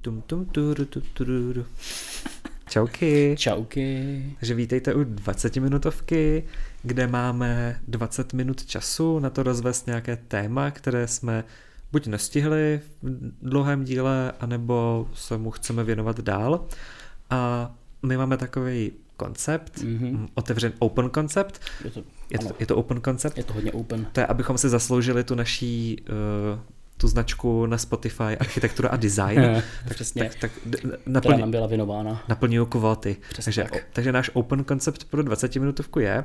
Tum, tum, turu, tu, tururu. Čauky. Čauky. Takže vítejte u 20 minutovky, kde máme 20 minut času na to rozvést nějaké téma, které jsme buď nestihli v dlouhém díle, anebo se mu chceme věnovat dál. A my máme takový koncept, mm-hmm. otevřen open koncept. Je to, Je ano, to, je to open koncept? je to hodně open. To je, abychom si zasloužili tu naší uh, tu značku na Spotify architektura a design. tak, Přesně. tak, tak d- Která naplň, nám byla věnována. naplňují kvóty. Přesně Takže, tak. o- takže náš open koncept pro 20 minutovku je,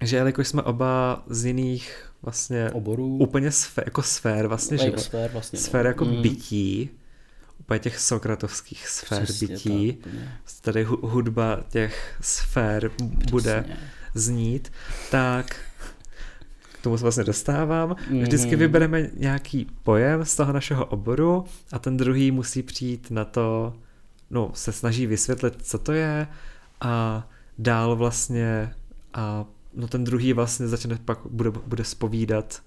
že jelikož jsme oba z jiných vlastně Oborů. úplně sfér, jako sfér vlastně Ne, život, sfér vlastně, no. sfér jako Mm. bytí, úplně těch sokratovských sfér Přesně bytí. tak, úplně. Tady hu- hudba těch sfér bude Přesně. znít, tak k tomu se vlastně dostávám. Vždycky vybereme nějaký pojem z toho našeho oboru a ten druhý musí přijít na to, no se snaží vysvětlit, co to je a dál vlastně a no ten druhý vlastně začne pak, bude, bude spovídat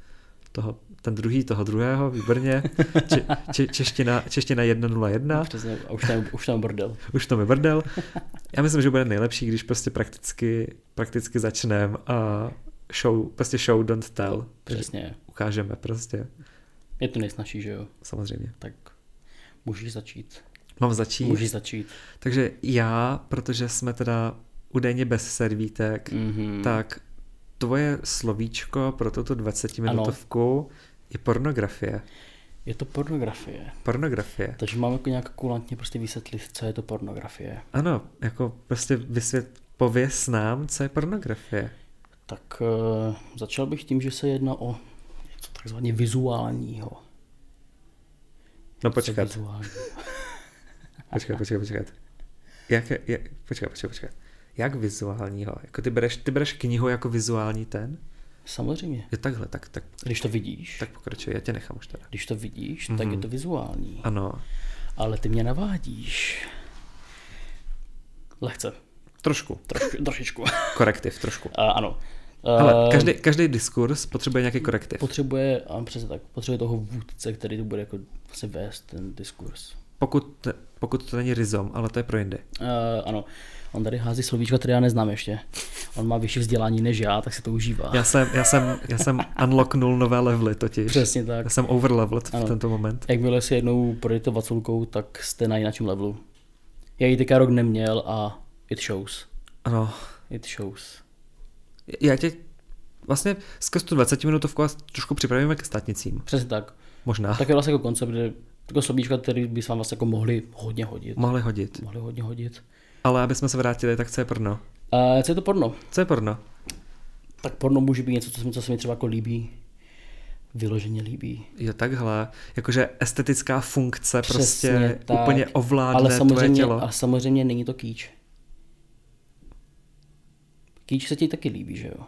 toho, ten druhý toho druhého, výborně, če, če, čeština, čeština 101, Přesně, a už tam, už tam bordel. už to mi brdel. Já myslím, že bude nejlepší, když prostě prakticky, prakticky začneme a show, prostě show don't tell. Takže Přesně. ukážeme prostě, Je to nejsnažší, že jo? samozřejmě. Tak můžeš začít. Mám začít. Můžeš začít. Takže já, protože jsme teda údajně bez servítek, Mhm. tak tvoje slovíčko pro tuto 20 minutovku je pornografie. Je to pornografie. Pornografie. Takže mám jako nějak kulantně prostě vysvětlit, co je to pornografie. Ano, jako prostě vysvět, pověs nám, co je pornografie. Tak eh, začal bych tím, že se jedná o něco takzvaně vizuálního. No Co je počkat. vizuální? Počkat, počkat, počkat. Jak, je- jak, počkat, počkat, počkat. Jak vizuálního? Jako ty bereš, ty bereš knihu jako vizuální ten? Samozřejmě. Je takhle, tak, tak, Když to vidíš, tak. tak pokračuj, já tě nechám už teda. když to vidíš, mm-hmm. tak Mhm. je to vizuální. Ano, Ale ty mě navádíš. Lehce. trošku, Trošku, trošičku. korektiv, trošku. A, ano. Ale Eh, každý, každý diskurs potřebuje nějaký korektiv. Potřebuje, a přesně tak, potřebuje toho vůdce, který to bude jako vlastně vést ten diskurs. Pokud, pokud to není rizom, ale to je pro jindy. Uh, ano, on tady hází slovíčka, které já neznám ještě. On má vyšší vzdělání než já, tak se to užívá. Já jsem, já jsem, já jsem unlocknul nové levely totiž. Přesně tak. Já jsem overleveled v Ano. tento moment. Jakmile si jednou projdete vaculkou, tak jste na jináčím levelu. Já ji teďka rok neměl a it shows. Ano, It shows. já tě vlastně skrz tu 20 minutovku vás trošku připravíme ke statnicím. Přesně tak. Možná. Tak je vlastně jako koncept, kde jako slovíčka, který by se vám vlastně jako mohli hodně hodit. Mohli hodit. Mohli hodně hodit. Ale aby jsme se vrátili, tak co je porno? Uh, co je to porno? Co je porno? Tak porno může být něco, co se mi, co se mi třeba jako líbí. Vyloženě líbí. Jo, takhle. Jakože estetická funkce Přesně prostě tak. úplně ovládne ale samozřejmě, tvoje tělo. Ale samozřejmě není to kýč. Kýč se ti taky líbí, že jo?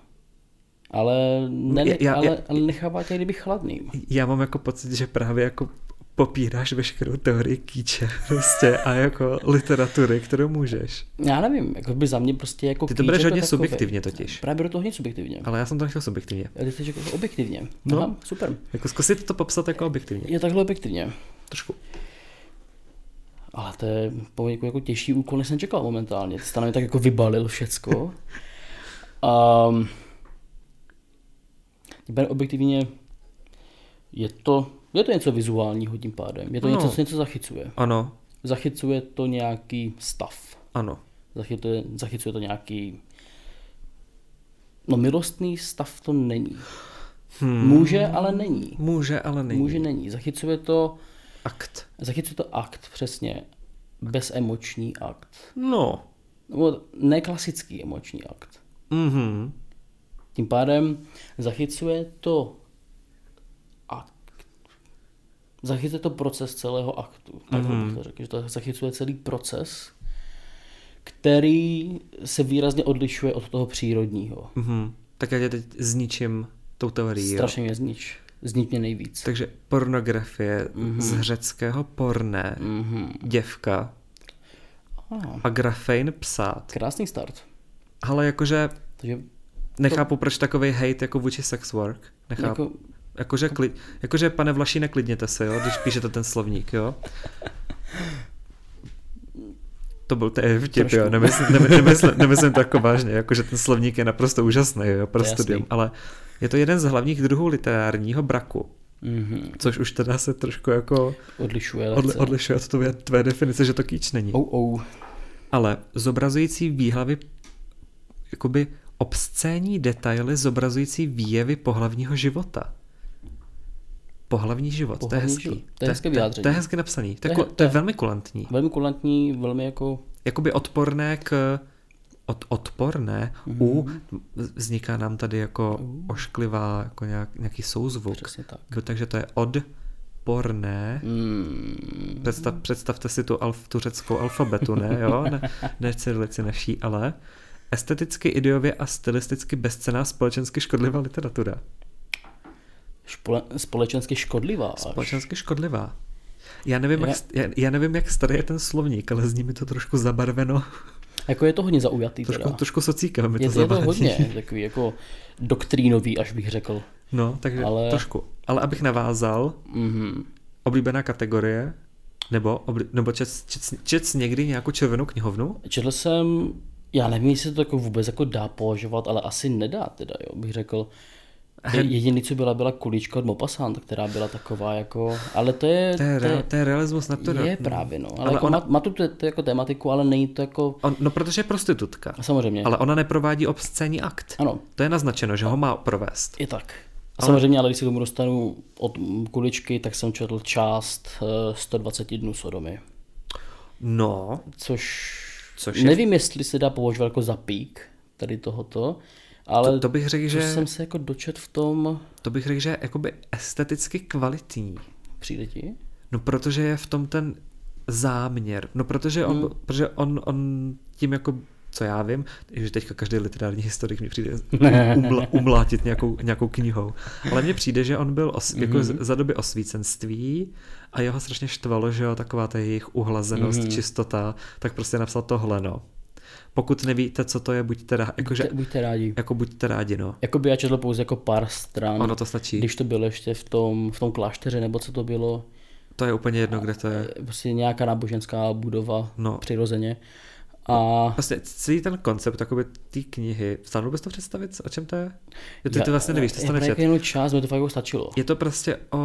Ale, ne, No, Já- já- ale, já- ale nechává tě kdyby chladným. Já mám jako pocit, že právě jako popíráš veškerou teorii kýče prostě a jako literatury, kterou můžeš. Já nevím, jako by za mě prostě jako Ty to kýč bereš jako hodně takovej. subjektivně totiž. Právě beru to hodně subjektivně. Ale já jsem to nechtěl subjektivně. Ale... Ty jsi jako objektivně. No. No. Aha, super. Jako zkusit to popsat jako objektivně. Je takhle objektivně. Trošku. Ale to je poněkud jako těžší úkol, než jsem čekal momentálně. Ty jsi tam tak jako vybalil všecko. Um, Ber objektivně je to, je to něco vizuálního tím pádem. Je to No. no. něco, co něco zachycuje. Ano, Zachycuje to nějaký stav. ano. Zachycuje, zachycuje to nějaký... No milostný stav to není. Hmm. Může, ale není. Může, ale není. Může, není. Zachycuje to, Akt. zachycuje to akt, přesně. Bezemoční akt. No. Nebo neklasický emoční akt. Mhm. Tím pádem zachycuje to akt. Zachycuje to proces celého aktu. Tak Mhm. mm-hmm. bych to řekl, že to zachycuje celý proces, který se výrazně odlišuje od toho přírodního. Mhm. Tak já tě teď zničím tou teorií. jo. Strašně mě znič. Znič mě nejvíc. Takže pornografie mm-hmm. z řeckého porné, Mhm. děvka Ah, a grafein psát. krásný start. Ale jakože Takže nechápu, proč takový hate jako vůči sex work. Nechápu. Jako... jako, Jakože, kli... jakože, pane Vlaši, neklidněte se, jo, když píšete ten slovník, jo. To byl ten vtip, Trošku. jo. Nemysl, nemysl, nemysl, nemyslím to jako vážně, jako že ten slovník je naprosto úžasný jo, pro jasný. studium, ale je to jeden z hlavních druhů literárního braku. Mm-hmm. Což už teda se trošku jako Odlišuje odli, lehce. odlišuje od tvé, tvé definice, že to kýč není. Ou, ou. Ale zobrazující výhlavy, jakoby obscénní detaily zobrazující výjevy pohlavního života. Pohlavní život, Pohlavní to je život. hezký. To je hezké vyjádření. To je hezky napsaný, to je, To je- ku- to je velmi kulantní. Velmi kulantní, velmi jako... Jakoby odporné k... Od, odporné, u, vzniká nám tady jako ošklivá, jako nějak, nějaký souzvuk. Přesně tak. Jo, Takže to je odporné. Mm, Představ, představte si tu, alf, tu řeckou alfabetu, ne, jo? Ne, ne cyrilici naší, ale esteticky, ideově a stylisticky bezcená společensky škodlivá literatura. špole, společensky škodlivá. až. Společensky škodlivá. Já nevím, jak, Já- st- já, já nevím, jak starý je ten slovník, ale zní mi to trošku zabarveno. Jako je to hodně zaujatý Trošku, teda. trošku socíkem mi to Je, je to zavádí. hodně takový jako doktrínový, až bych řekl. No, takže ale... Ale- trošku. Ale abych navázal, Mm-hmm. oblíbená kategorie, nebo, obli, nebo čet, čet, čet někdy nějakou červenou knihovnu? Četl jsem, já nevím, jestli to jako vůbec jako dá považovat, ale asi nedá teda, jo, bych řekl. Je- Jediný, co byla, byla kulička od Mopasant, která byla taková jako, ale to je, To je, re, to je realismus natural. je právě no, ale, Ale ale jako ona- ona... má, má tu te- te- jako tematiku, ale není to jako, On, no, protože je prostitutka. samozřejmě, ale... Ale ona neprovádí obscénní akt. ano, To je naznačeno, že ho má provést. je tak. A samozřejmě, ale když se k tomu dostanu od mm, kuličky, tak jsem četl část eh, 120 dnů Sodomy, No, což, Což což je- nevím, jestli se dá považovat jako za pík tady tohoto, ale to bych řekl, že... že, jsem No, se jako dočet v tom, to bych řekl, že je jakoby esteticky kvalitní. přijde ti? No, protože je v tom ten záměr. No, protože on, hmm. protože on, on tím jako co já vím, že teďka každý literární historik mi přijde umla, umlátit nějakou, nějakou knihou. Ale mně přijde, že on byl os, jako z, za doby osvícenství a jeho strašně štvalo, že jo, taková ta jejich uhlazenost, mm čistota, tak prostě napsal tohle, no. Pokud nevíte, co to je, buďte, rá, jakože, Te, buďte rádi. jako buďte rádi, no. Jakoby já četl pouze jako pár stran, Ono to stačí. když to bylo ještě v tom, v tom klášteře, nebo co to bylo, To je úplně jedno, kde to je. eh, prostě nějaká náboženská budova No. přirozeně. A Vlastně celý ten koncept jakoby té knihy, stanu bys to představit, o čem to je? Jo, ty já- to vlastně nevíš, ty jsi to já právě nečet. jenom čas, mi to fakt jako stačilo. Je to prostě o,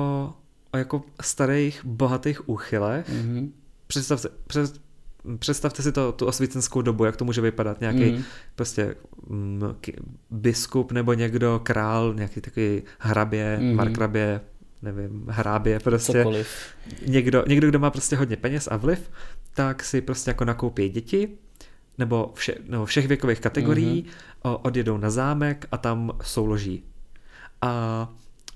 o jako starých, bohatých úchylech. Mhm. Představte, před, představte si to, tu osvícenskou dobu, jak to může vypadat. Nějaký Mhm. mm. prostě mm, k- biskup nebo někdo, král, nějaký takový hrabě, mm. markrabě, nevím, hrábě prostě. Mhm. Cokoliv. Někdo, někdo, kdo má prostě hodně peněz a vliv, tak si prostě jako nakoupí děti, nebo, vše, nebo všech věkových kategorií, mm-hmm. odjedou na zámek a tam souloží. A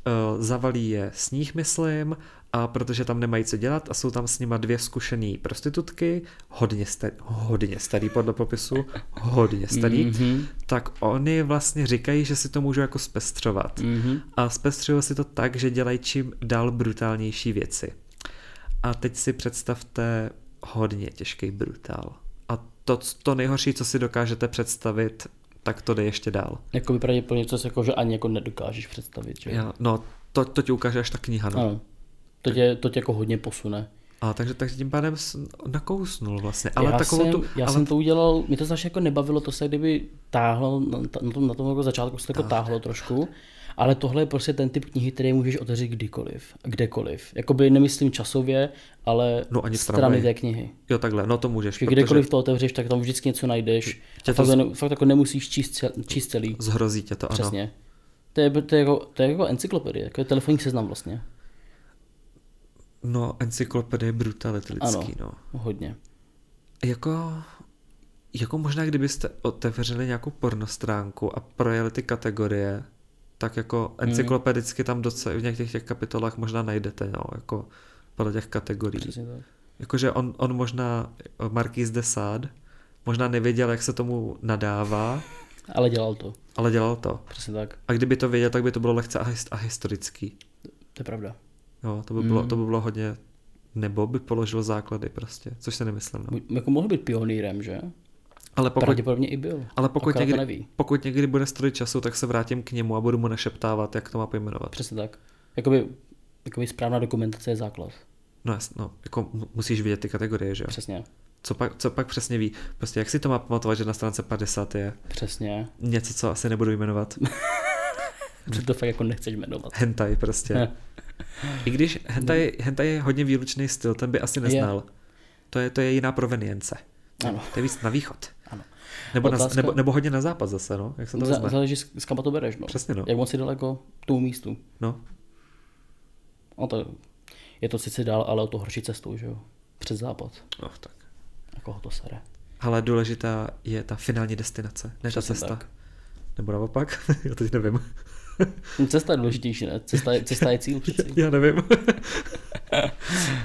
o, zavalí je sníh, myslím, a protože tam nemají co dělat a jsou tam s nima dvě zkušený prostitutky, hodně starý, hodně starý podle popisu, hodně starý, Mhm. mm-hmm. tak oni vlastně říkají, že si to můžou jako zpestřovat. Mhm. A zpestřují si to tak, že dělají čím dál brutálnější věci. A teď si představte hodně těžký brutál. A to, to nejhorší, co si dokážete představit, tak to jde ještě dál. Jakoby pravděpodobně něco, jako, že ani jako nedokážeš představit. Že? Já, no, to, to ti ukáže až ta kniha. No. Ano. To tě, to tě jako hodně posune. A takže, takže tím pádem s- nakousnul vlastně. Ale já takovou jsem, tu... já ale jsem to udělal, mě to strašně jako nebavilo, to se kdyby táhlo, na, na tom, na tom jako začátku se to jako táhlo trošku, ale tohle je prostě ten typ knihy, který můžeš otevřít kdykoliv, kdekoliv. Jakoby nemyslím časově, ale No ani v tramvaji. strany té knihy. Jo, takhle, no to můžeš, Že protože kdekoliv to otevřeš, tak tam vždycky něco najdeš. Tě A to fakt, to... ne, fakt jako nemusíš číst, cel, číst celý. zhrozí tě to, ano. Přesně. To je, to, je jako, to je jako encyklopedie, jako je telefonní seznam vlastně. No, encyklopedie brutality lidský, no. Hodně. Jako, jako možná, kdybyste otevřeli nějakou pornostránku a projeli ty kategorie, tak jako encyklopedicky tam docela v některých těch kapitolách možná najdete, no, jako podle těch kategorií. Přesně tak. Jakože on, on možná, Marquis de Sade, možná nevěděl, jak se tomu nadává, Ale dělal to. ale dělal to. Přesně tak. A kdyby to věděl, tak by to bylo lehce a, his- a historický. To je pravda. Jo, to by bylo, to by bylo hodně, nebo by položil základy prostě, což se nemyslím. No. Mu- Jako mohl být pionýrem, že? Ale pokud Pravděpodobně i byl. Ale pokud Akorát to někdy, neví. pokud někdy bude stroj času, tak se vrátím k němu a budu mu našeptávat, jak to má pojmenovat. Přesně tak. Jakoby, jakoby správná dokumentace je základ. No jasno, no, jako mu- musíš vidět ty kategorie, že jo? Přesně. co pak, co pak přesně ví? Prostě jak si to má pamatovat, že na stránce 50 je Přesně. něco, co asi nebudu jmenovat. To, to fakt jako nechceš jmenovat. Hentai prostě. I když hentai, No. hentai je hodně výlučný styl, ten by asi neznal. To je, to je jiná provenience. Ano. To je víc na východ. Ano. Nebo, na, Otázka- nebo, nebo hodně na západ zase, no? Jak se to Zá- vezme? záleží, s s kama to bereš, no. Přesně, no. Jak moc si daleko tomu místu. No, No to, je to sice dál, ale o to horší cestou, že jo. Přes západ. no tak. Jako ho to sere. Ale důležitá je ta finální destinace, ne ta Přesně cesta. tak. Nebo naopak, já teď nevím. No, Cesta je důležitější, ne? Cesta je, cesta je cíl přeci. já nevím.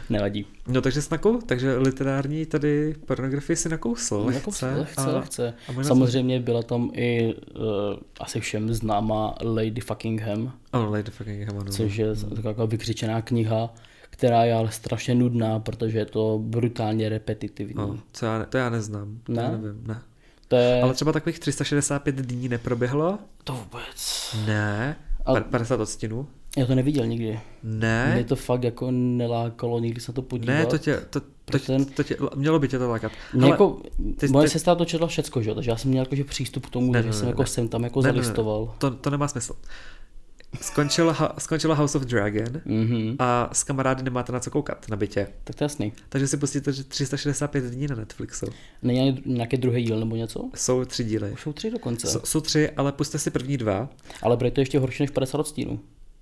Nevadí. No takže jsi nakou, takže literární tady pornografii si No, nakousl. Lehce, lehce, a- lehce. a možná- Samozřejmě byla tam i uh, asi všem známá Lady Fuckingham, Ano, Lady fucking Hamonu. což je taková jako vykřičená kniha, která je ale strašně nudná, protože je to brutálně repetitivní. No, co já, ne- to já neznám. To Ne? já nevím, ne. To je... Ale třeba takových 365 dní neproběhlo? To vůbec... Ne. Ale- Ale... 50 odstínů? Já to neviděl nikdy. Ne. Mě to fakt jako nelákalo nikdy se na to podívat. Ne, to tě, to, to, Ten- ten... to tě, mělo by tě to lákat. Mě jako, ty- moje ty- sestra to četla všecko, že? jo, takže já jsem měl jakože přístup k tomu, Ne, že ne, jsem ne, jako ne. sem tam jako Ne, ne, ne. zalistoval. To, to nemá smysl. Skončila, ha- skončila House of Dragon Mhm, a s kamarády nemáte na co koukat na bytě. tak to je jasný. Takže si pustíte že 365 dní na Netflixu. Není ani nějaký druhý díl nebo něco? Jsou tři díly. Už jsou tři dokonce. Jsou, jsou tři, ale puste si první dva. Ale bude to ještě horší než 50 odstínů.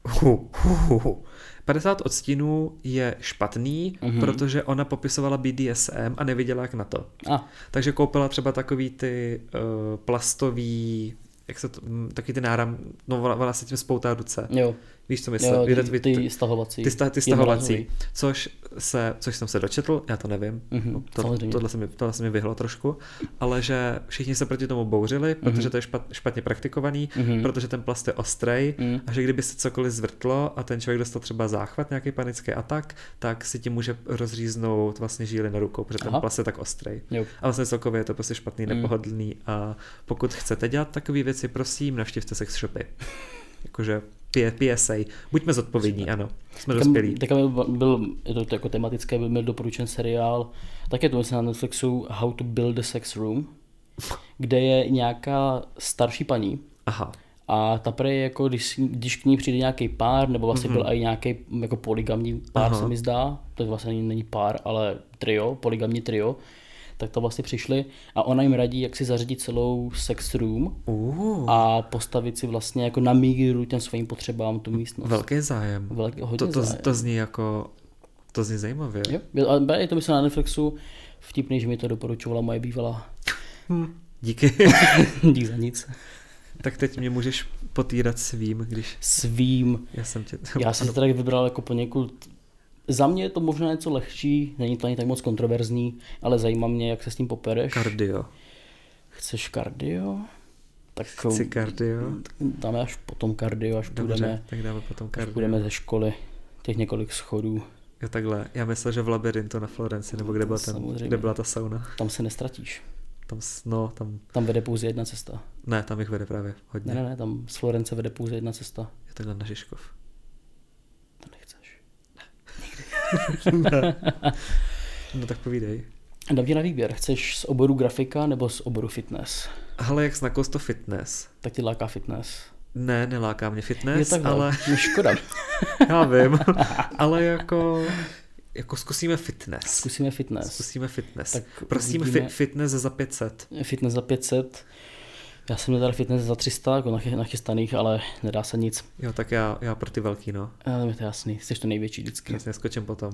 Hu, hu, hu, hu. 50 odstínů je špatný, Mhm. mm-hmm. protože ona popisovala BDSM a nevěděla jak na to. A, Takže koupila třeba takový ty uh, plastový, jak se to, mm, taky ty náram, no ona, ona se tím spoutá ruce. jo. Víš, co myslím? jo Jde- ty, ty stahovací. ty, sta, ty jednorázový. stahovací, což, se, což jsem se dočetl, já to nevím, Mhm, mm-hmm, to, samozřejmě. tohle, se mi, tohle se mi vyhlo trošku, ale že všichni se proti tomu bouřili, protože to je špat, špatně praktikovaný, Mhm. protože ten plast je ostrý Mhm. a že kdyby se cokoliv zvrtlo a ten člověk dostal třeba záchvat, nějaký panický atak, tak si ti může rozříznout vlastně žíly na rukou, protože Aha. ten plast je tak ostrý. Jo. Mhm. A vlastně celkově je to prostě špatný, nepohodlný a pokud chcete dělat takové věci, prosím, navštivte sex shopy. Jakože P- PSA. Buďme zodpovědní, ano. Jsme dospělí. Teďka mi byl, je to jako tematické, byl mi doporučen seriál, tak je to myslím na Netflixu How to Build a Sex Room, kde je nějaká starší paní Aha. a ta prej jako, když, když k ní přijde nějaký pár, nebo vlastně mm-hmm. Mhm. byl i nějaký jako poligamní pár, Aha. se mi zdá, to vlastně není, není pár, ale trio, poligamní trio, tak to vlastně přišli a ona jim radí, jak si zařídit celou sex room Uh, a postavit si vlastně jako na míru těm svým potřebám tu místnost. velký zájem. Velký, hodně To, to, zájem. to zní jako... To zní zajímavě. Jo, jo, ale bere- je to myslím na Netflixu. Vtipný, že mi to doporučovala moje bývalá. Díky. Dík za nic. tak teď mě můžeš potírat svým, když Svým. já jsem tě... Já jsem se teda vybral jako poněkud... Za mě je to možná něco lehčí, není to ani tak moc kontroverzní, ale zajímá mě, jak se s tím popereš. Kardio. Chceš kardio? Tak um, Chci kardio. dáme až potom kardio, až Dobře, hm, půjdeme, tak dáme potom až kardio. půjdeme ze školy. Těch několik schodů. Jo, takhle. Já myslel, že v labirintu na Florenci, nebo kde, byl ten, samozřejmě. kde byla ta sauna. Tam se nestratíš. Tam, s- no, tam Tam vede pouze jedna cesta. Ne, tam jich vede právě hodně. Ne, Ne, ne, ne, tam z Florence vede pouze jedna cesta. Je takhle na Žižkov. To nechceš. No tak povídej. Dám ti na výběr, chceš z oboru grafika nebo z oboru fitness? Ale jak na to fitness? Tak ti láká fitness. Ne, neláká mě fitness, takhle, ale no škoda. já vím. ale jako, jako zkusíme fitness. Zkusíme fitness. Zkusíme fitness. Tak Tak Prosím, uvidíme. fi- fitness za 500. Fitness za 500. Já jsem měl teda fitness za 300, jako nachy- nachystaných, ale nedá se nic. Jo, tak já, já pro ty velký, no. Ale mi to je jasný, jsi to největší vždycky. Přesně, skočím potom.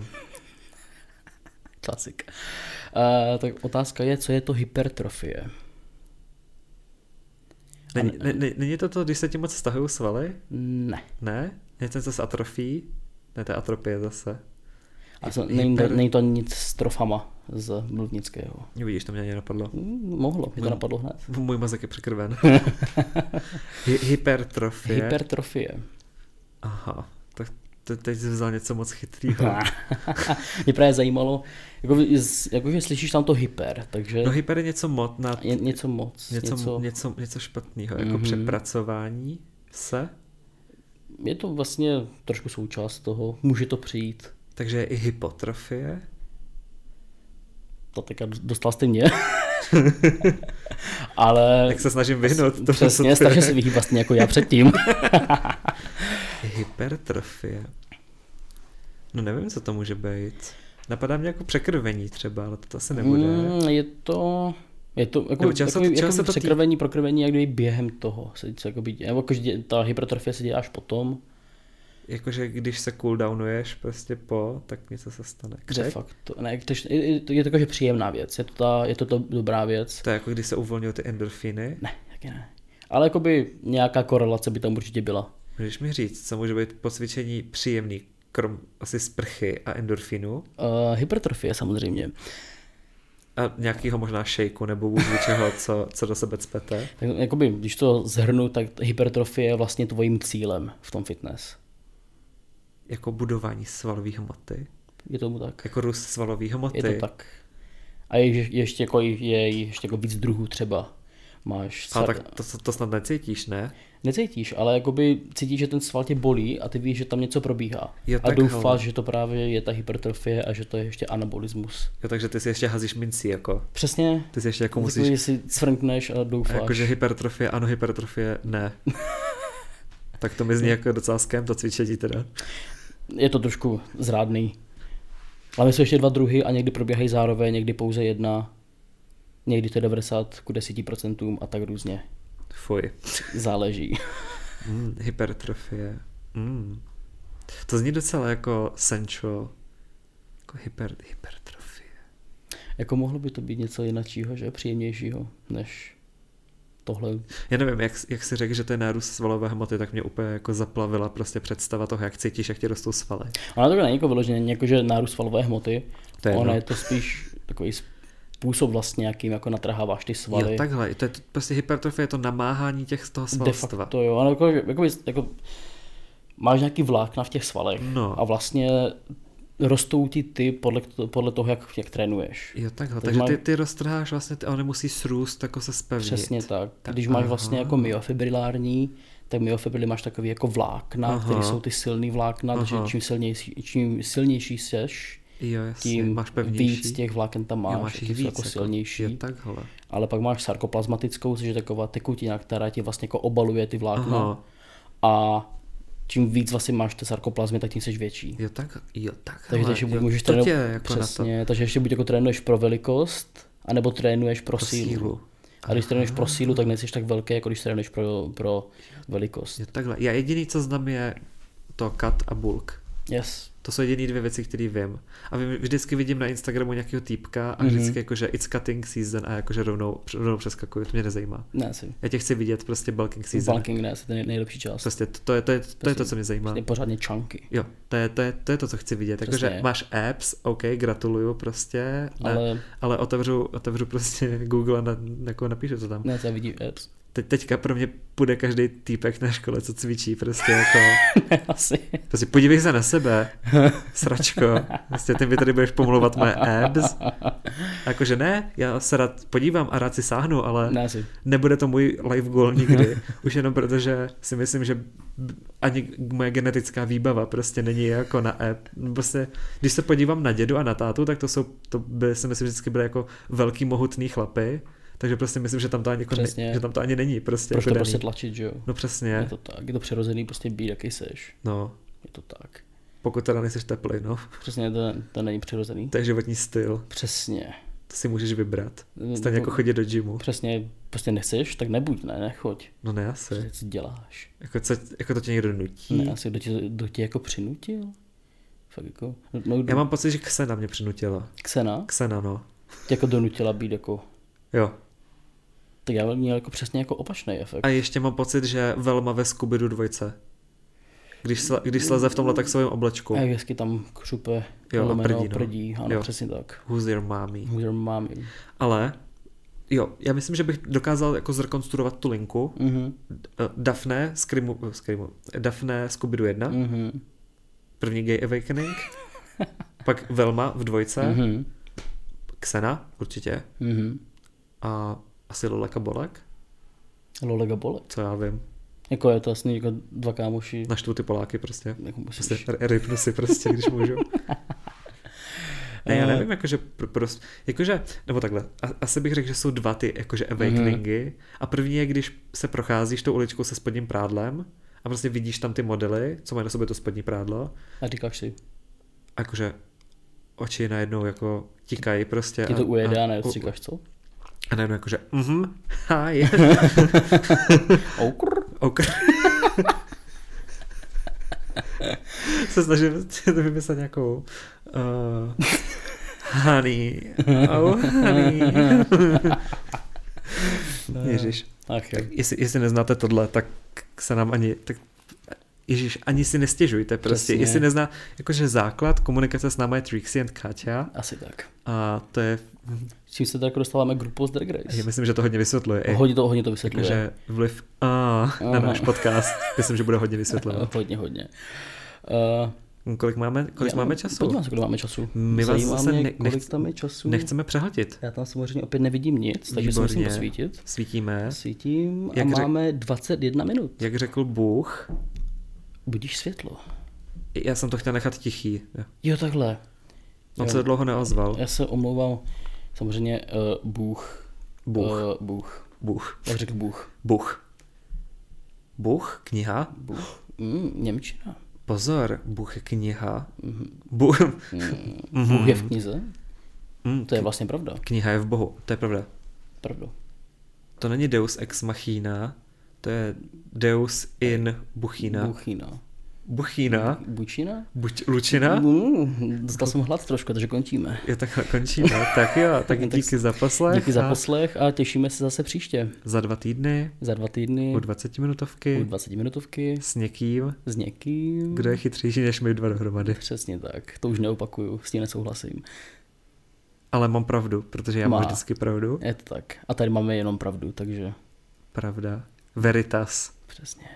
Klasik. Uh, tak otázka je, co je to hypertrofie? Není, ne, ne, není to to, když se ti moc stahují svaly? Ne. Ne? Je to zase atrofí? Ne, to je atropie zase. A to, není, to, není to ani nic s trofama z Bludnického. Jo, Vidíš, to mě ani napadlo. Mm, mohlo, mi to napadlo hned. Můj mozek je překrven. Hy- hypertrofie. Hypertrofie. Aha, tak te- teď jsi vzal něco moc chytrýho. Mě právě zajímalo, jako, jakože slyšíš tam to hyper, takže No hyper je něco mod na je něco moc, něco, něco... něco, něco špatného, jako mm-hmm. přepracování se, je to vlastně trošku součást toho, může to přijít. takže je i hypotrofie. teďka dostal jste mě. ale... Jak se snažím vyhnout. To, Přesně, strašně se vyhýbá stejně jako já předtím. Hypertrofie. No nevím, co to může být. Napadá mě jako překrvení třeba, ale to asi nebude. Mm, je to... Je to jako, Nebo no, čeho se- jako, čeho jako se to tý- překrvení, prokrvení, jak kdyby během toho. Se, se jako, nebo jako, že dě- ta hypertrofie se dělá až potom. Jakože když se cooldownuješ prostě po, tak něco se stane. Že Křek? fakt, to, ne, tež, je, je to- je to jako, že příjemná věc, je to, ta, je to, to dobrá věc. To je jako když se uvolňují ty endorfiny. Ne, taky ne. Ale jakoby nějaká korelace by tam určitě byla. Můžeš mi říct, co může být po cvičení příjemný, krom asi sprchy a endorfinu Uh, hypertrofie samozřejmě. a nějakého možná shakeu nebo vůbec čeho, co, co do sebe cpete. Tak, jakoby, když to zhrnu, tak hypertrofie je vlastně tvojím cílem v tom fitness. Jako budování svalové hmoty, Je tomu tak? jako růst svalové hmoty. Je to tak. A je, je- ještě, jako, je ještě jako víc druhů třeba. Máš Ale sval... tak... tak to, to snad necítíš, ne? Necítíš, ale jakoby cítíš, že ten sval tě bolí a ty víš, že tam něco probíhá. Jo, a takhle. doufáš, že to právě je ta hypertrofie a že to je ještě anabolismus. Jo, takže ty si ještě hazíš minci, jako. Přesně. Ty si ještě jako Musíš... musíš, Jako, si cvrkneš a doufáš. jakože hypertrofie, ano, hypertrofie, ne. tak to mi zní jako docela skem, to cvičení teda. Je to trošku zrádný. Ale jsou ještě dva druhy a někdy probíhají zároveň, někdy pouze jedna. Někdy to je 90 ku 10% a tak různě. Fuj. Záleží. Mm, hypertrofie. Mm. To zní docela jako sensual. Jako hyper, hypertrofie. Jako mohlo by to být něco jináčího, že? Příjemnějšího než tohle. Já nevím, jak, jak si řekl, že to je nárůst svalové hmoty, tak mě úplně jako zaplavila prostě představa toho, jak cítíš, jak ti rostou svaly. Ono to není jako vyloženě, jako že nárůst valové hmoty. To je ono jedno. je to spíš takový způsob vlastně, jakým jako natrháváš ty svaly. Jo, takhle. To je to, prostě hypertrofie, je to namáhání těch z toho De svalstva. facto jo, ale jako, jako, jako, máš nějaký vlákna v těch svalech No. a vlastně rostou ti ty podle, podle toho, jak, jak trénuješ. Jo, takhle. To Takže má- ty, ty roztrháš vlastně ty- a oni musí srůst, jako se spevnit. Přesně tak. Když máš vlastně jako myofibrilární, tak myofibrilly máš takový jako vlákna, Aha. které jsou ty silný vlákna, takže Aha. čím silnější, čím silnější seš, Jo, jasně. tím máš pevnější. víc těch vláken tam máš, jo, máš ty jich jsou víc. jako silnější. Jo, takhle. Ale pak máš sarkoplazmatickou, což je taková tekutina, která ti vlastně jako obaluje ty vlákna. Aha. A čím víc vlastně máš té sarkoplazmy, tak tím jsi větší. Jo, tak, jo, takhle. Takže ještě buď jo, můžeš to trénovat, tě jako na to. přesně, takže ještě buď jako trénuješ pro velikost, anebo trénuješ pro, Pro sílu. sílu. A když trénuješ pro sílu, tak nejsi tak velký, jako když trénuješ pro, pro velikost. Jo, takhle. Já jediný, co znám, je to kat a bulk. Yes. To jsou jediné dvě věci, které vím. A vím, vždycky vidím na Instagramu nějakého týpka Mhm. a vždycky jakože it's cutting season a jakože rovnou, rovnou přeskakuju, to mě nezajímá. Ne, si. Já tě chci vidět prostě bulking season. Bulking ne, to je ten nej- nejlepší část. Prostě to, to, je, to, je, to je to, co mě zajímá. Je pořádně chunky. Jo, to je, to je, to je to, co chci vidět. Jakože Přesně. máš apps, OK, gratuluju prostě, ne, ale... Ale ale otevřu, otevřu prostě Google a na, jako napíšu to tam. ne, to vidí apps. Teď, teďka pro mě půjde každý týpek na škole, co cvičí, prostě jako, Ne, asi. prostě podívej se na sebe, sračko, prostě ty mi tady budeš pomlouvat mé abs. Jakože ne, já se rád podívám a rád si sáhnu, ale Ne, asi. nebude to můj life goal nikdy. Už jenom protože si myslím, že b- ani moje genetická výbava prostě není jako na app. Prostě, když se podívám na dědu a na tátu, tak to jsou, to by si myslím, že vždycky byly jako velký mohutný chlapy. Takže prostě myslím, že tam to ani, jako ne, Přesně. že tam to ani není. Prostě Proč jako to daný. prostě tlačit, že jo? No Je přesně, to tak, je to přirozený prostě být, jaký seš. no. Je to tak. Pokud teda nejseš teplý, no. Přesně, to, to není přirozený. To je životní styl. Přesně. To si můžeš vybrat. Mm, Stejně jako chodit do gymu. Přesně, prostě nechceš, tak nebuď, ne, nechoď. No ne asi. Prostě co děláš? Jako, co, jako to tě někdo nutí. Ne, asi kdo tě, kdo tě jako přinutil? Fakt jako, no, Já mám pocit, že Xena mě přinutila. Xena Xena, no. tě jako donutila být jako, Jo, tak já měl jako přesně jako opačný efekt. A ještě mám pocit, že Velma ve Scooby-Doo dvojce. Když, sle, když sleze v tom letaxovém oblečku. A jak hezky tam křupe, Jo, a lomeno, prdí, no. prdí, ano, Jo. přesně tak. Who's your mommy? Můžeme mám. Ale jo, já myslím, že bych dokázal jako zrekonstruovat tu linku. Mhm, Eh, Daphne z Krimu, eh, z Krimu, eh, Daphne z Scooby-Doo 1, mhm, první Gay Awakening. pak Velma v dvojce, mhm, Xena určitě mhm. a asi Loleka Bolek, Lolega Bolek. co já vím. Jako je to vlastně jako dva kámoši. Naštvu ty Poláky prostě. Jako musíš. Prostě r- ripnu si prostě, když můžu. Ne, já nevím, jakože pr- prostě, jakože, nebo takhle, a- asi bych řekl, že jsou dva ty jakože awakeningy a první je, když se procházíš tou uličkou se spodním prádlem a prostě vidíš tam ty modely, co mají na sobě to spodní prádlo A říkáš si, a jakože oči najednou jako tikají prostě. ti to a- ujede a, ne, u- říkáš co? a najednou jakože, mhm, hi, Oukr. ok. se snažím prostě vymyslet nějakou uh, honey, oh honey. Ježiš. Ach jo. Tak jestli, jestli neznáte tohle, tak se nám ani, tak Ježíš, ani si nestěžujte prostě. Přesně. Jestli nezná, jakože základ komunikace s námi je Trixie and Katia Asi tak. a to je, S čím se tak dostáváme k grupu z Drag Race? No, já myslím, že to hodně vysvětluje. i, Hodně to, hodně to vysvětluje. Jakože vliv a, na Aha. náš podcast, myslím, že bude hodně vysvětlovat. Eh, Hodně, hodně. Uh, Kolik máme, kolik máme času? Podívám se, kolik máme času. My vás Zajímá zase mě, ne- kolik nechc- tam je času. Nechceme přehltit. Já tam samozřejmě opět nevidím nic, takže se Výborně. musím posvítit. Svítíme. Svítím a Jak řek- máme 21 minut. Jak řekl Bůh, Budíš světlo. já jsem to chtěl nechat tichý. Jo, takhle. On se dlouho neozval. Já se omlouvám. Samozřejmě uh, Bůh. Bůh. Uh, Bůh. Bůh. Jak řekl Bůh? Bůh. Bůh, kniha. Bůh. Mm, Němčina. Pozor, Bůh je kniha. Mhm. Bůh. Mhm. Bůh je v knize. Mm, To je vlastně pravda. Kniha je v Bohu, to je pravda. Pravda. To není Deus ex machina, to je Deus in Buchina. Bůhina. Buchina, Bučina? buď Lučina, Mm, no. dostal jsem hlad trošku, takže končíme. je takhle končíme. Tak jo, tak díky za poslech. Díky za a poslech a těšíme se zase příště. Za dva týdny, Za dva týdny u 20 Hmm. u Hmm. minutovky, 20 minutovky s někým, s někým. kdo je chytřejší než my dva dohromady. Přesně tak, to už neopakuju, s tím nesouhlasím. Ale mám pravdu, protože já mám Má. vždycky pravdu. Je to tak. A tady máme jenom pravdu, takže Pravda. Veritas. přesně.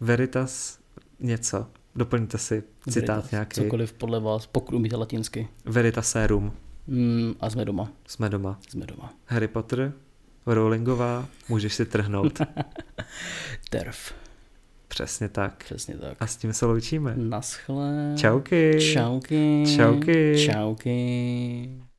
Veritas něco. Doplňte si citát nějaký. Cokoliv podle vás, pokud umíte latinsky. Veritaserum. Mm, a jsme doma, Jsme doma. jsme doma. Harry Potter, Rowlingová, můžeš si trhnout. Terf, Přesně tak. přesně tak. A s tím se Hmm. loučíme. Naschle. Čauky. Čauky. Čauky. Čauky.